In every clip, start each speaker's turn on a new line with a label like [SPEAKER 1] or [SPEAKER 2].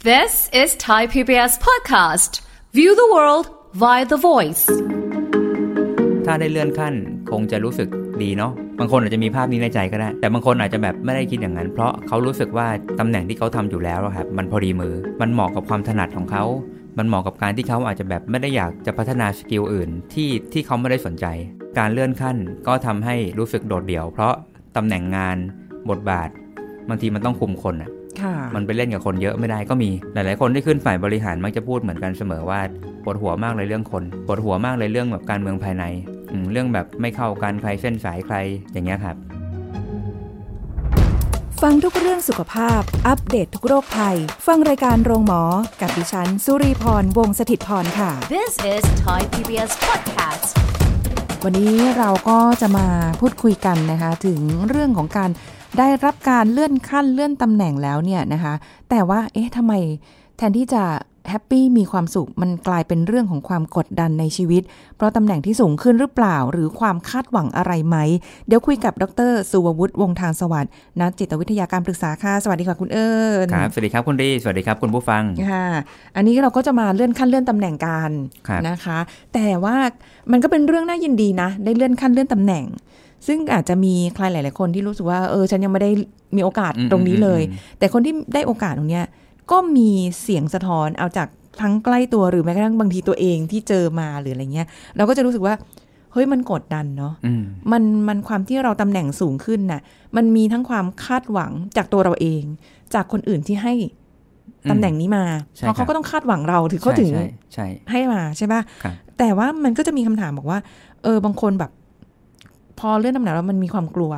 [SPEAKER 1] This is Thai PBS podcast. View the world via the voice.
[SPEAKER 2] ถ้าได้เลื่อนขั้นคงจะรู้สึกดีเนาะบางคนอาจจะมีภาพนี้ในใจก็ได้ แต่บางคนอาจจะแบบไม่ได้คิดอย่างนั้น เพราะเขารู้สึกว่าตำแหน่งที่เขาทำอยู่แล้วอะครับมันพอดีมือ มันเหมาะกับความถนัดของเขา มันเหมาะกับการที่เขาอาจจะแบบไม่ได้อยากจะพัฒนาสกิลอื่นที่ที่เขาไม่ได้สนใจ การเลื่อนขั้นก็ทำให้รู้สึกโดดเดี่ยว เพราะตำแหน่งงานบทบาทบางทีมันต้องคุมคนอะ
[SPEAKER 3] ค่ะ
[SPEAKER 2] มันไปเล่นกับคนเยอะไม่ได้ก็มี หลาย ๆ คนที่ขึ้นฝ่ายบริหารมักจะพูดเหมือนกันเสมอว่าปวดหัวมากเลยเรื่องคนปวดหัวมากเลยเรื่องแบบการเมืองภายในอืมเรื่องแบบไม่เข้ากันใครเส้นสายใครอย่างเงี้ยครับ
[SPEAKER 3] ฟังทุกเรื่องสุขภาพ อัปเดตททุกโรคภัย ฟังรายการโรงหมอ กับดิฉัน สุรีพร วงศิตพรค่ะ
[SPEAKER 1] This is Thai PBS podcast.
[SPEAKER 4] วันนี้เราก็จะมาพูดคุยกันนะคะ ถึงเรื่องของการได้รับการเลื่อนขั้นเลื่อนตำแหน่งแล้วเนี่ยนะคะ แต่ว่าเอ๊ะทำไมแทนที่จะแฮปปี้มีความสุขมันกลายเป็นเรื่องของความกดดันในชีวิต เพราะตำแหน่งที่สูงขึ้นหรือเปล่า หรือความคาดหวังอะไรไหม เดี๋ยวคุยกับดรสุววุฒิวงศ์ทางสวัสดิ์นักจิตวิทยาการปรึกษาค่ะสวัสดีค่ะคุณเอิญ
[SPEAKER 2] ครับ สวัสดีครับคุณดี สวัสดีครับคุณผู้ฟัง
[SPEAKER 4] ค่ะอันนี้เราก็จะมาเลื่อนขั้นเลื่อนตำแหน่งกัน
[SPEAKER 2] ครับ
[SPEAKER 4] นะคะ แต่ว่ามันก็เป็นเรื่องน่ายินดีนะ ได้เลื่อนขั้นเลื่อนตำแหน่ง ซึ่งอาจจะมีใครหลาย ๆ คนที่รู้สึกว่าเออฉันยังไม่ได้มีโอกาส
[SPEAKER 2] อืม
[SPEAKER 4] ตรงนี้เลย
[SPEAKER 2] อืม
[SPEAKER 4] แต่คนที่ได้โอกาสตรงเนี้ยก็มีเสียงสะท้อนเอาจากทั้งใกล้ตัวหรือแม้กระทั่งบางทีตัวเองที่เจอมาหรืออะไรเงี้ย เราก็จะรู้สึกว่าเฮ้ยมันกดดันเนาะ
[SPEAKER 2] อืม
[SPEAKER 4] มันมันความที่เราตำแหน่งสูงขึ้นน่ะ มันมีทั้งความคาดหวังจากตัวเราเอง จากคนอื่นที่ให้
[SPEAKER 2] อืม
[SPEAKER 4] ตำแหน่งนี้มา
[SPEAKER 2] ใช่
[SPEAKER 4] เพราะ
[SPEAKER 2] ครั
[SPEAKER 4] เขา
[SPEAKER 2] บ
[SPEAKER 4] ก็ต้องคาดหวังเราถึงเขาถึง
[SPEAKER 2] ใช่ใช่
[SPEAKER 4] ให้มาใช่ป่ะ
[SPEAKER 2] ครับ
[SPEAKER 4] แต่ว่ามันก็จะมีคำถามบอกว่า เออบางคนแบบ พอเลื่อนตำแหน่งแล้วมันมีความกลัว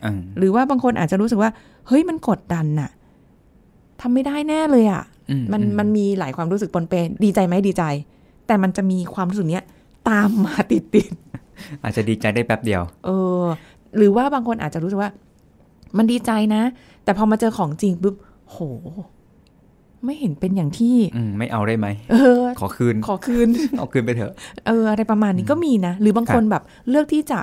[SPEAKER 2] ใช่อืม
[SPEAKER 4] หรือว่าบางคนอาจจะรู้สึกว่า เฮ้ยมันกดดันน่ะทำไม่ได้แน่เลยอะ่ะ
[SPEAKER 2] อื
[SPEAKER 4] มัน
[SPEAKER 2] อื
[SPEAKER 4] มันมีหลายความรู้สึกปนเปนดีใจไหมดีใจ แต่มันจะมีความรู้สึกเนี้ย ตามมาติดติด
[SPEAKER 2] อาจจะดีใจได้แป๊บเดียว
[SPEAKER 4] ๆเออ หรือว่าบางคนอาจจะรู้สึกว่า มันดีใจนะ แต่พอมาเจอของจริงปุ๊บโห ไม่เห็นเป็นอย่างที่
[SPEAKER 2] อืมไม่เอาได้ไหม
[SPEAKER 4] เออ
[SPEAKER 2] ขอคืน
[SPEAKER 4] ขอคืน
[SPEAKER 2] เอาคืนไปเถอะ
[SPEAKER 4] เอออะไรประมาณนี้ก็มีนะ หรือบางคนแบบเลือกที่จะ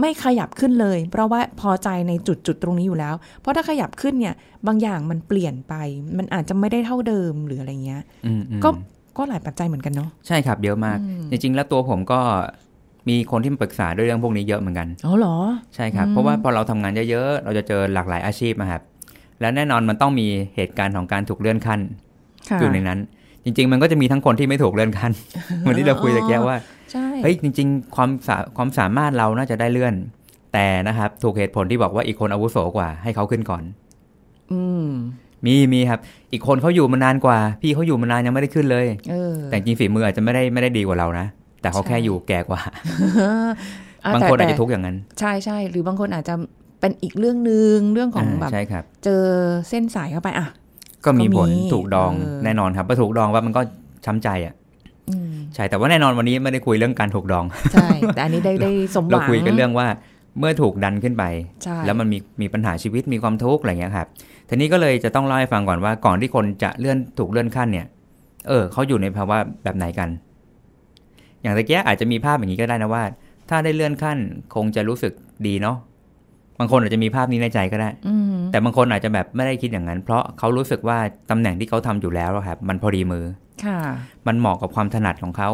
[SPEAKER 4] ไม่ขยับขึ้นเลย เพราะว่าพอใจในจุดจุดตรงนี้อยู่แล้ว เพราะถ้าขยับขึ้นเนี่ย บางอย่างมันเปลี่ยนไป มันอาจจะไม่ได้เท่าเดิมหรืออะไรเงี้ย
[SPEAKER 2] อืมอืม
[SPEAKER 4] ก็ก็หลายปัจจัยเหมือนกันเนาะ
[SPEAKER 2] ใช่ครับเยอะมาก
[SPEAKER 4] อืม
[SPEAKER 2] จริง ๆ แล้วตัวผมก็มีคนที่มาปรึกษาด้วยเรื่องพวกนี้เยอะเหมือนกัน
[SPEAKER 4] อ๋อเหรอ
[SPEAKER 2] ใช่ครับ
[SPEAKER 4] อืม
[SPEAKER 2] เพราะว่าพอเราทำงานเยอะๆ เราจะเจอหลากหลายอาชีพนะครับ และแน่นอนมันต้องมีเหตุการณ์ของการถูกเลื่อนขั้น
[SPEAKER 4] ค่ะ
[SPEAKER 2] อยู่ในนั้น จริง ๆ มันก็จะมีทั้งคนที่ไม่ถูกเลื่อนขั้ น เหมือนที่เราคุยตะเกียว่า
[SPEAKER 4] ใช่
[SPEAKER 2] เฮ้ยจริง ๆ ความสาความสามารถเราน่าจะได้เลื่อน แต่นะครับถูกเหตุผลที่บอกว่าอีกคนอาวุโสกว่าให้เขาขึ้นก่อน
[SPEAKER 4] อืม
[SPEAKER 2] มีมีครับ อีกคนเขาอยู่มานานกว่า พี่เขาอยู่มานานยังไม่ได้ขึ้นเลย
[SPEAKER 4] เออ
[SPEAKER 2] แต่จริงฝีมืออาจจะไม่ได้ไม่ได้ดีกว่าเรานะ แต่เขาแค่
[SPEAKER 4] ใช่
[SPEAKER 2] อยู่แก่กว่า
[SPEAKER 4] อ่ะ
[SPEAKER 2] บาง
[SPEAKER 4] แต่
[SPEAKER 2] คนอาจ
[SPEAKER 4] แต่
[SPEAKER 2] จะทุกข์อย่างนั้น
[SPEAKER 4] ใช่ใช่หรือบางคนอาจจะเป็นอีกเรื่องหนึ่งเรื่องของ
[SPEAKER 2] อ่า
[SPEAKER 4] แบบ
[SPEAKER 2] ใช่ครับ
[SPEAKER 4] เจอเส้นสายเข้าไปอ่ะ
[SPEAKER 2] ก็มีผล
[SPEAKER 4] ก็มี
[SPEAKER 2] ถูกดอง
[SPEAKER 4] เออ
[SPEAKER 2] แน่นอนครับพอถูกดองว่ามันก็ช้ำใจอ่ะ
[SPEAKER 4] อืม
[SPEAKER 2] ใช่แต่ว่าแน่นอนวันนี้ไม่ได้คุยเรื่องการถูกดอง
[SPEAKER 4] ใช่ แต่อันนี้ได้ได้สมห
[SPEAKER 2] เรา
[SPEAKER 4] วัง
[SPEAKER 2] คุยกันเรื่องว่าเมื่อถูกดันขึ้นไป
[SPEAKER 4] ใช่
[SPEAKER 2] แล้วมันมีมีปัญหาชีวิตมีความทุกข์อะไรเงี้ยครับทีนี้ก็เลยจะต้องเล่าให้ฟังก่อนว่าก่อนที่คนจะเลื่อนถูกเลื่อนขั้นเนี่ย เออเขาอยู่ในภาวะแบบไหนกัน อย่างตะเกียอาจจะมีภาพอย่างนี้ก็ได้นะว่า ถ้าได้เลื่อนขั้นคงจะรู้สึกดีเนาะบางคนอาจจะมีภาพนี้ในใจก็ได้
[SPEAKER 4] อืม
[SPEAKER 2] แต่บางคนอาจจะแบบไม่ได้คิดอย่างนั้น เพราะเขารู้สึกว่าตำแหน่งที่เขาทำอยู่แล้วอะครับมันพอดีมือ
[SPEAKER 4] ค่ะ
[SPEAKER 2] มันเหมาะกับความถนัดของเขา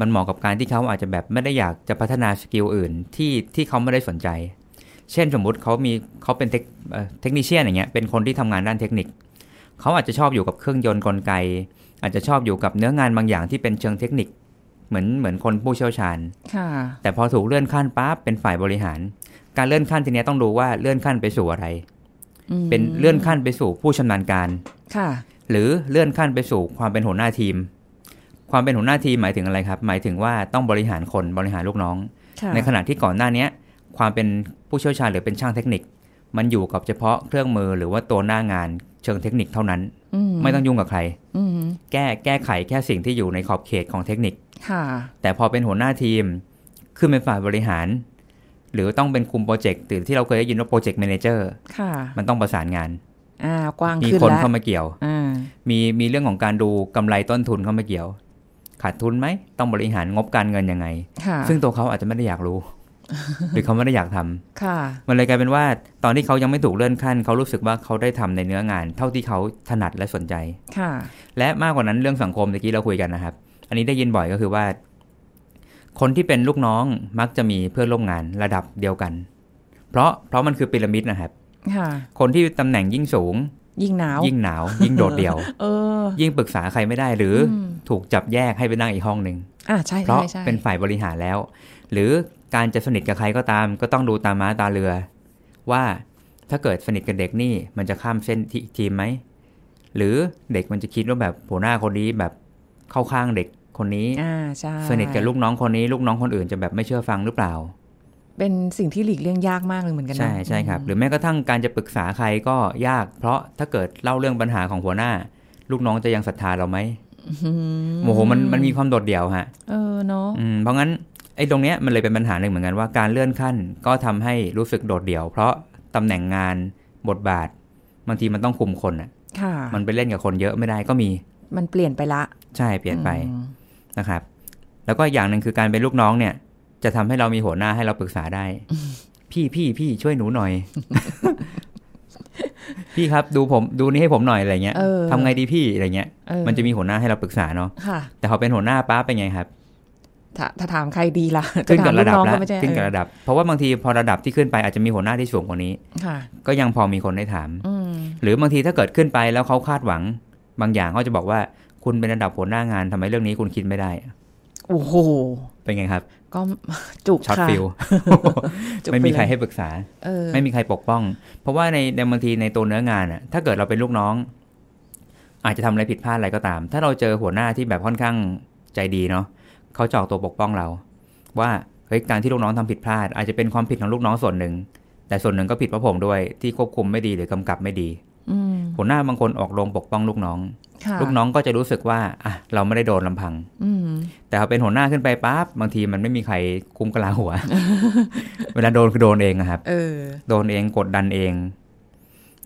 [SPEAKER 2] มันเหมาะกับการที่เขาอาจจะแบบไม่ได้อยากจะพัฒนาสกิลอื่นที่ที่เขาไม่ได้สนใจ เช่นสมมุติเขามีเขาเป็นเทคเอ่อเทคนิชเชียนอย่างเงี้ย เป็นคนที่ทำงานด้านเทคนิค เขาอาจจะชอบอยู่กับเครื่องยนต์กลไก อาจจะชอบอยู่กับเนื้องานบางอย่างที่เป็นเชิงเทคนิค เหมือนเหมือนคนผู้เชี่ยวชาญ
[SPEAKER 4] ค่ะ
[SPEAKER 2] แต่พอถูกเลื่อนขั้นปั๊บเป็นฝ่ายบริหาร การเลื่อนขั้นทีเนี้ยต้องดูว่าเลื่อนขั้นไปสู่อะไร
[SPEAKER 4] อืม
[SPEAKER 2] เป็นเลื่อนขั้นไปสู่ผู้ชำนาญการ
[SPEAKER 4] ค่ะ
[SPEAKER 2] หรือเลื่อนขั้นไปสู่ความเป็นหัวหน้าทีม ความเป็นหัวหน้าทีมหมายถึงอะไรครับ หมายถึงว่าต้องบริหารคนบริหารลูกน้อง
[SPEAKER 4] ค่ะ
[SPEAKER 2] ในขณะที่ก่อนหน้าเนี้ย ความเป็นผู้เชี่ยวชาญหรือเป็นช่างเทคนิค มันอยู่กับเฉพาะเครื่องมือหรือว่าตัวหน้างานเชิงเทคนิคเท่านั้น ไม่ต้องยุ่งกับใคร
[SPEAKER 4] อืม
[SPEAKER 2] แก้แก้ไขแค่สิ่งที่อยู่ในขอบเขตของเทคนิค
[SPEAKER 4] ค่ะ
[SPEAKER 2] แต่พอเป็นหัวหน้าทีมขึ้นเป็นฝ่ายบริหาร หรือต้องเป็นคุมโปรเจกต์หรือที่เราเคยได้ยินว่าโปรเจกต์แมเนเจอร์
[SPEAKER 4] ค่ะ
[SPEAKER 2] มันต้องประสานงาน
[SPEAKER 4] อ่ากว้าง
[SPEAKER 2] มี
[SPEAKER 4] ขึ้น
[SPEAKER 2] คน
[SPEAKER 4] แล้ว
[SPEAKER 2] เข้ามาเกี่ยว
[SPEAKER 4] อ่า
[SPEAKER 2] มีมีเรื่องของการดูกำไรต้นทุนเข้ามาเกี่ยว ขาดทุนไหม ต้องบริหารงบการเงินยังไง
[SPEAKER 4] ค่ะ
[SPEAKER 2] ซึ่งตัวเขาอาจจะไม่ได้อยากรู้ หรือเขาไม่ได้อยากทำ
[SPEAKER 4] ค่ะ
[SPEAKER 2] มันเลยกลายเป็นว่าตอนที่เขายังไม่ถูกเลื่อนขั้น เขารู้สึกว่าเขาได้ทำในเนื้องาน เท่าที่เขาถนัดและสนใจ
[SPEAKER 4] ค่ะ
[SPEAKER 2] และมากกว่านั้นเรื่องสังคมเมื่อกี้เราคุยกันนะครับ อันนี้ได้ยินบ่อยก็คือว่า คนที่เป็นลูกน้องมักจะมีเพื่อนร่วมงานระดับเดียวกัน เพราะเพราะมันคือพีระมิดนะครับ
[SPEAKER 4] ค่ะ
[SPEAKER 2] คนที่ตำแหน่งยิ่งสูง
[SPEAKER 4] ยิ่งหนาว
[SPEAKER 2] ยิ่งหนาว ยิ่งโดดเดี่ยว
[SPEAKER 4] เออ
[SPEAKER 2] ยิ่งปรึกษาใครไม่ได้หรืออ
[SPEAKER 4] ม
[SPEAKER 2] ถูกจับแยกให้ไปนั่งอีกห้องหนึ่ง
[SPEAKER 4] อ่ะใช่
[SPEAKER 2] เพ
[SPEAKER 4] ใช่
[SPEAKER 2] ราะ
[SPEAKER 4] ใช่
[SPEAKER 2] เป็นฝ่ายบริหารแล้ว หรือการจะสนิทกับใครก็ตาม ก็ต้องดูตามม้าตาเรือ ว่าถ้าเกิดสนิทกับเด็กนี่มันจะข้ามเส้นที่ทีมไหม หรือเด็กมันจะคิดว่าแบบหัวหน้าคนนี้แบบเข้าข้างเด็กคนนี้
[SPEAKER 4] อ่าใช่
[SPEAKER 2] สนิทกับลูกน้องคนนี้ ลูกน้องคนอื่นจะแบบไม่เชื่อฟังหรือเปล่า
[SPEAKER 4] เป็นสิ่งที่หลีกเลี่ยงยากมากเลยเหมือนกันนะ
[SPEAKER 2] ใช่ใช่ครับ หรือแม้กระทั่งการจะปรึกษาใครก็ยาก เพราะถ้าเกิดเล่าเรื่องปัญหาของหัวหน้า ลูกน้องจะยังศรัทธาเราไหม
[SPEAKER 4] อืม
[SPEAKER 2] โอ้โหมันมันมีความโดดเดี่ยวฮะ
[SPEAKER 4] เออเนาะ
[SPEAKER 2] อืมเพราะงั้นไอ้ตรงเนี้ยมันเลยเป็นปัญหาหนึ่งเหมือนกันว่าการเลื่อนขั้นก็ทำให้รู้สึกโดดเดี่ยว เพราะตำแหน่งงานบทบาทบางทีมันต้องคุมคนอ่ะ
[SPEAKER 4] ค่ะ
[SPEAKER 2] มันไปเล่นกับคนเยอะไม่ได้ก็มี
[SPEAKER 4] มันเปลี่ยนไปละ
[SPEAKER 2] ใช่เปลี่ยนไป
[SPEAKER 4] อืม
[SPEAKER 2] นะครับ แล้วก็อย่างหนึ่งคือการเป็นลูกน้องเนี่ย จะทำให้เรามีหัวหน้าให้เราปรึกษาได้ พี่พี่พี่ช่วยหนูหน่อย พี่ครับดูผมดูนี่ให้ผมหน่อยอะไรเงี้ย
[SPEAKER 4] เออ
[SPEAKER 2] ทำไงดีพี่อะไรเงี้ย
[SPEAKER 4] เออ
[SPEAKER 2] มันจะมีหัวหน้าให้เราปรึกษาเนาะ
[SPEAKER 4] ค่ะ
[SPEAKER 2] แต่พอเป็นหัวหน้าป้าเป็นไงครับ
[SPEAKER 4] ถ้าถ้าถามใครดีล่ะ
[SPEAKER 2] ขึ้นกับ
[SPEAKER 4] จถาม
[SPEAKER 2] ระดับ
[SPEAKER 4] ลูน้อง
[SPEAKER 2] แล้
[SPEAKER 4] ก็
[SPEAKER 2] ว
[SPEAKER 4] ไม่ใช่
[SPEAKER 2] ขึ้นกับระดับ เพราะว่าบางทีพอระดับที่ขึ้นไปอาจจะมีหัวหน้าที่สูงกว่านี้
[SPEAKER 4] ค่ะ
[SPEAKER 2] ก็ยังพอมีคนได้ถาม
[SPEAKER 4] อืม
[SPEAKER 2] หรือบางทีถ้าเกิดขึ้นไปแล้วเขาคาดหวัง บางอย่างเขาจะบอกว่าคุณเป็นระดับหัวหน้างานทำไมเรื่องนี้คุณคิดไม่ได้
[SPEAKER 4] โอ้โห
[SPEAKER 2] เป็นไงครับ
[SPEAKER 4] ก็ จุก
[SPEAKER 2] ช็อต
[SPEAKER 4] ค่ะ
[SPEAKER 2] ฟิล
[SPEAKER 4] จุก
[SPEAKER 2] ไม่มีใคร
[SPEAKER 4] ปเลย
[SPEAKER 2] ให้ปรึกษา
[SPEAKER 4] เออ
[SPEAKER 2] ไม่มีใครปกป้อง เพราะว่าในในบางทีในตัวเนื้องานอะถ้าเกิดเราเป็นลูกน้อง อาจจะทำอะไรผิดพลาดอะไรก็ตาม ถ้าเราเจอหัวหน้าที่แบบค่อนข้างใจดีเนาะเขาจะออกตัวปกป้องเรา ว่าเฮ้ยการที่ลูกน้องทำผิดพลาด อาจจะเป็นความผิดของลูกน้องส่วนหนึ่ง แต่ส่วนหนึ่งก็ผิดเพราะผมด้วยที่ควบคุมไม่ดีหรือกำกับไม่ดี
[SPEAKER 4] อืม
[SPEAKER 2] หัวหน้าบางคนออกโรงปกป้องลูกน้อง
[SPEAKER 4] ค่ะ
[SPEAKER 2] ลูกน้องก็จะรู้สึกว่าอ่ะเราไม่ได้โดนลำพัง
[SPEAKER 4] อืม
[SPEAKER 2] แต่พอเป็นหัวหน้าขึ้นไปปั๊บบางทีมันไม่มีใครคุมกะลาหัว เวลาโดนคือโดนเองอะครับ
[SPEAKER 4] เออ
[SPEAKER 2] โดนเองกดดันเอง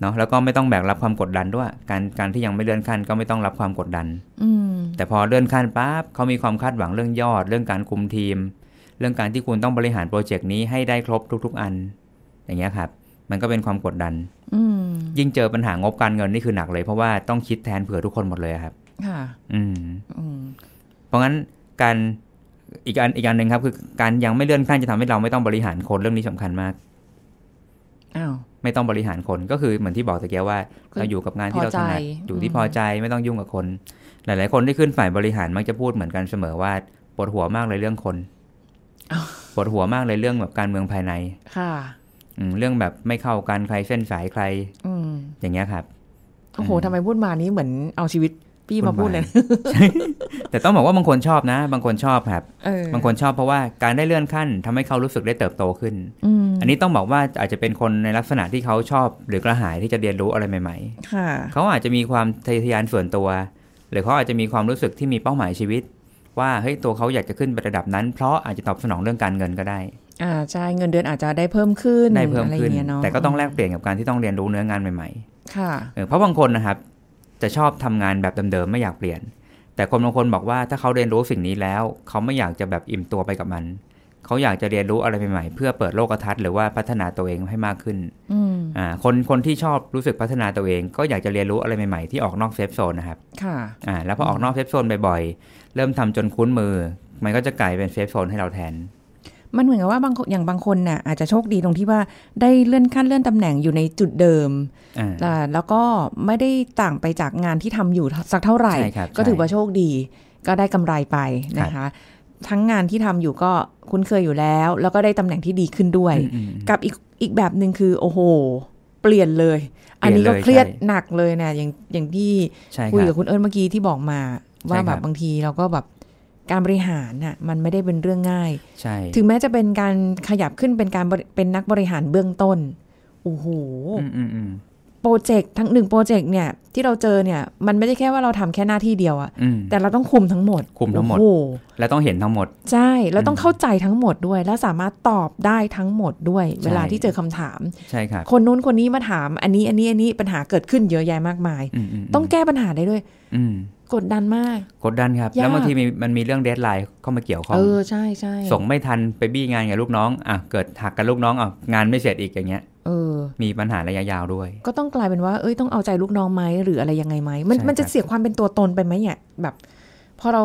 [SPEAKER 2] เนาะแล้วก็ไม่ต้องแบกรับความกดดันด้วย การการที่ยังไม่เลื่อนขั้นก็ไม่ต้องรับความกดดัน
[SPEAKER 4] อืม
[SPEAKER 2] แต่พอเลื่อนขั้นปั๊บเขามีความคาดหวังเรื่องยอด เรื่องการคุมทีม เรื่องการที่คุณต้องบริหารโปรเจกต์นี้ให้ได้ครบทุก ๆ อัน อย่างเงี้ยครับ มันก็เป็นความกดดัน
[SPEAKER 4] อืม
[SPEAKER 2] ยิ่งเจอปัญหางบการเงินนี่คือหนักเลย เพราะว่าต้องคิดแทนเผื่อทุกคนหมดเลยอะครับ
[SPEAKER 4] ค่ะ
[SPEAKER 2] อืม
[SPEAKER 4] อืม
[SPEAKER 2] เพราะงั้นการอีกอันอีกอันหนึ่งครับคือการยังไม่เลื่อนขั้นจะทำให้เราไม่ต้องบริหารคนเรื่องนี้สำคัญมาก
[SPEAKER 4] อ้าว
[SPEAKER 2] ไม่ต้องบริหารคนก็คือเหมือนที่บอกตะเกียบว่า
[SPEAKER 4] คือ
[SPEAKER 2] เราอยู่กับงานที่เราถนัด
[SPEAKER 4] พอใจ
[SPEAKER 2] อยู่ที่
[SPEAKER 4] อืม
[SPEAKER 2] พอใจไม่ต้องยุ่งกับคน หลาย ๆ คนที่ขึ้นฝ่ายบริหารมักจะพูดเหมือนกันเสมอว่าปวดหัวมากเลยเรื่องคนปวดหัวมากเลยเรื่องแบบการเมืองภายใน
[SPEAKER 4] ค่ะ
[SPEAKER 2] อืมเรื่องแบบไม่เข้ากันใครเส้นสายใคร
[SPEAKER 4] อืม
[SPEAKER 2] อย่างเงี้ยครับ
[SPEAKER 4] โอ้โห
[SPEAKER 2] อืม
[SPEAKER 4] ทำไมพูดมานี้เหมือนเอาชีวิตพี่มาพูดเลยนะ
[SPEAKER 2] แต่ต้องบอกว่าบางคนชอบนะ บางคนชอบครับ
[SPEAKER 4] เออบ
[SPEAKER 2] างคนชอบเพราะว่าการได้เลื่อนขั้นทำให้เขารู้สึกได้เติบโตขึ้น
[SPEAKER 4] อืม
[SPEAKER 2] อันนี้ต้องบอกว่าอาจจะเป็นคนในลักษณะที่เขาชอบ หรือกระหายที่จะเรียนรู้อะไรใหม่ ๆ
[SPEAKER 4] ค่ะ
[SPEAKER 2] เขาอาจจะมีความทะเยอทะยานส่วนตัว หรือเขาอาจจะมีความรู้สึกที่มีเป้าหมายชีวิต ว่าเฮ้ยตัวเขาอยากจะขึ้นไประดับนั้น เพราะอาจจะตอบสนองเรื่องการเงินก็ได้
[SPEAKER 4] อ่าใช่เงินเดือนอาจจะได้เพิ่มขึ้น
[SPEAKER 2] ได้เพิ่มขึ้น
[SPEAKER 4] อะไรอย่างงี้ยเนาะ
[SPEAKER 2] แต่ก็ต้องแลกเปลี่ยนกับการที่ต้องเรียนรู้เนื้องานใหม่
[SPEAKER 4] ค่ะ
[SPEAKER 2] ๆเออเพราะบางคนนะครับ จะชอบทำงานแบบเดิมๆไม่อยากเปลี่ยน แต่คนบางคนบอกว่าถ้าเขาเรียนรู้สิ่งนี้แล้ว เขาไม่อยากจะแบบอิ่มตัวไปกับมัน เขาอยากจะเรียนรู้อะไรใหม่ๆ เพื่อเปิดโลกทัศน์หรือว่าพัฒนาตัวเองให้มากขึ้น
[SPEAKER 4] อืม
[SPEAKER 2] อ่า คนคนที่ชอบรู้สึกพัฒนาตัวเอง ก็อยากจะเรียนรู้อะไรใหม่ๆ ที่ออกนอกเซฟโซนนะครับ
[SPEAKER 4] ค่ะ
[SPEAKER 2] อ่าแล้วพอออกนอกเซฟโซนบ่อยๆ เริ่มทำจนคุ้นมือ มันก็จะกลายเป็นเซฟโซนให้เราแทน
[SPEAKER 4] มันเหมือนกับว่าบางคนอย่างบางคนน่ะอาจจะโชคดีตรงที่ว่าได้เลื่อนขั้นเลื่อนตำแหน่งอยู่ในจุดเดิม
[SPEAKER 2] อ่า
[SPEAKER 4] อ่าแล้วก็ไม่ได้ต่างไปจากงานที่ทำอยู่สักเท่าไหร่
[SPEAKER 2] ใช่ครับ
[SPEAKER 4] ก็ถือว่าโชคดี ก็ได้กำไรไปนะ
[SPEAKER 2] ครั
[SPEAKER 4] คะ
[SPEAKER 2] บ
[SPEAKER 4] ทั้งงานที่ทำอยู่ก็คุ้นเคยอยู่แล้ว แล้วก็ได้ตำแหน่งที่ดีขึ้นด้วย
[SPEAKER 2] อืมอืม
[SPEAKER 4] กับอีกอีกแบบหนึ่งคือโอ้โห เปลี่ยนเลย อันนี้ก็
[SPEAKER 2] เปลี่ยนเลย
[SPEAKER 4] เครียด
[SPEAKER 2] ใช่
[SPEAKER 4] หนักเลยนะอย่างอย่างที่
[SPEAKER 2] ใช่ค
[SPEAKER 4] คุย
[SPEAKER 2] รั
[SPEAKER 4] กับบ คุณเอิญเมื่อกี้ที่บอกมา ว่า
[SPEAKER 2] ใช่ค
[SPEAKER 4] แบ
[SPEAKER 2] รับ
[SPEAKER 4] บบางทีเราก็แบบการบริหารน่ะมันไม่ได้เป็นเรื่องง่าย
[SPEAKER 2] ใช่
[SPEAKER 4] ถึงแม้จะเป็นการขยับขึ้นเป็นการบริเป็นนักบริหารเบื้องต้นโอ้โห
[SPEAKER 2] อืมอืมอืม
[SPEAKER 4] โปรเจกต์ทั้งหนึ่งโปรเจกต์เนี่ย ที่เราเจอเนี่ย มันไม่ได้แค่ว่าเราทำแค่หน้าที่เดียวอะ
[SPEAKER 2] อืม
[SPEAKER 4] แต่เราต้องคุมทั้งหมด
[SPEAKER 2] คุมทั้งหมด
[SPEAKER 4] โอ้โ
[SPEAKER 2] แล้วต้องเห็นทั้งหมด
[SPEAKER 4] ใช่แล้วต้อง
[SPEAKER 2] อืม
[SPEAKER 4] เข้าใจทั้งหมดด้วย และสามารถตอบได้ทั้งหมดด้วย เวลา
[SPEAKER 2] ใช่
[SPEAKER 4] ที่เจอคำถาม
[SPEAKER 2] ใช่ครับ
[SPEAKER 4] คนนู้นคนนี้มาถามอันนี้อันนี้อันนี้ปัญหาเกิดขึ้นเยอะแยะมากมาย
[SPEAKER 2] อืมมม
[SPEAKER 4] ต้องแก้ปัญหาได้ด้วย
[SPEAKER 2] อืม
[SPEAKER 4] กดดันมาก
[SPEAKER 2] กดดันครับ
[SPEAKER 4] ยาก
[SPEAKER 2] แล้วบางทีมีมันมีเรื่องเดทไลน์เข้ามาเกี่ยวข้อง
[SPEAKER 4] เออใช่ใช่
[SPEAKER 2] ส่งไม่ทันไปบี้งานกับลูกน้องอ่ะเกิดหักกับลูกน้องอ่ะงานไม่เสร็จอีกอย่างเงี้ย
[SPEAKER 4] เออ
[SPEAKER 2] มีปัญหาระยะยาวด้วย
[SPEAKER 4] ก็ต้องกลายเป็นว่า เอ้ย ต้องเอาใจลูกน้องไหมหรืออะไรยังไงไหม มัน
[SPEAKER 2] ใช่
[SPEAKER 4] มันจะ
[SPEAKER 2] ครับ
[SPEAKER 4] เสียความเป็นตัวตนไปไหมเนี่ย แบบ พอเรา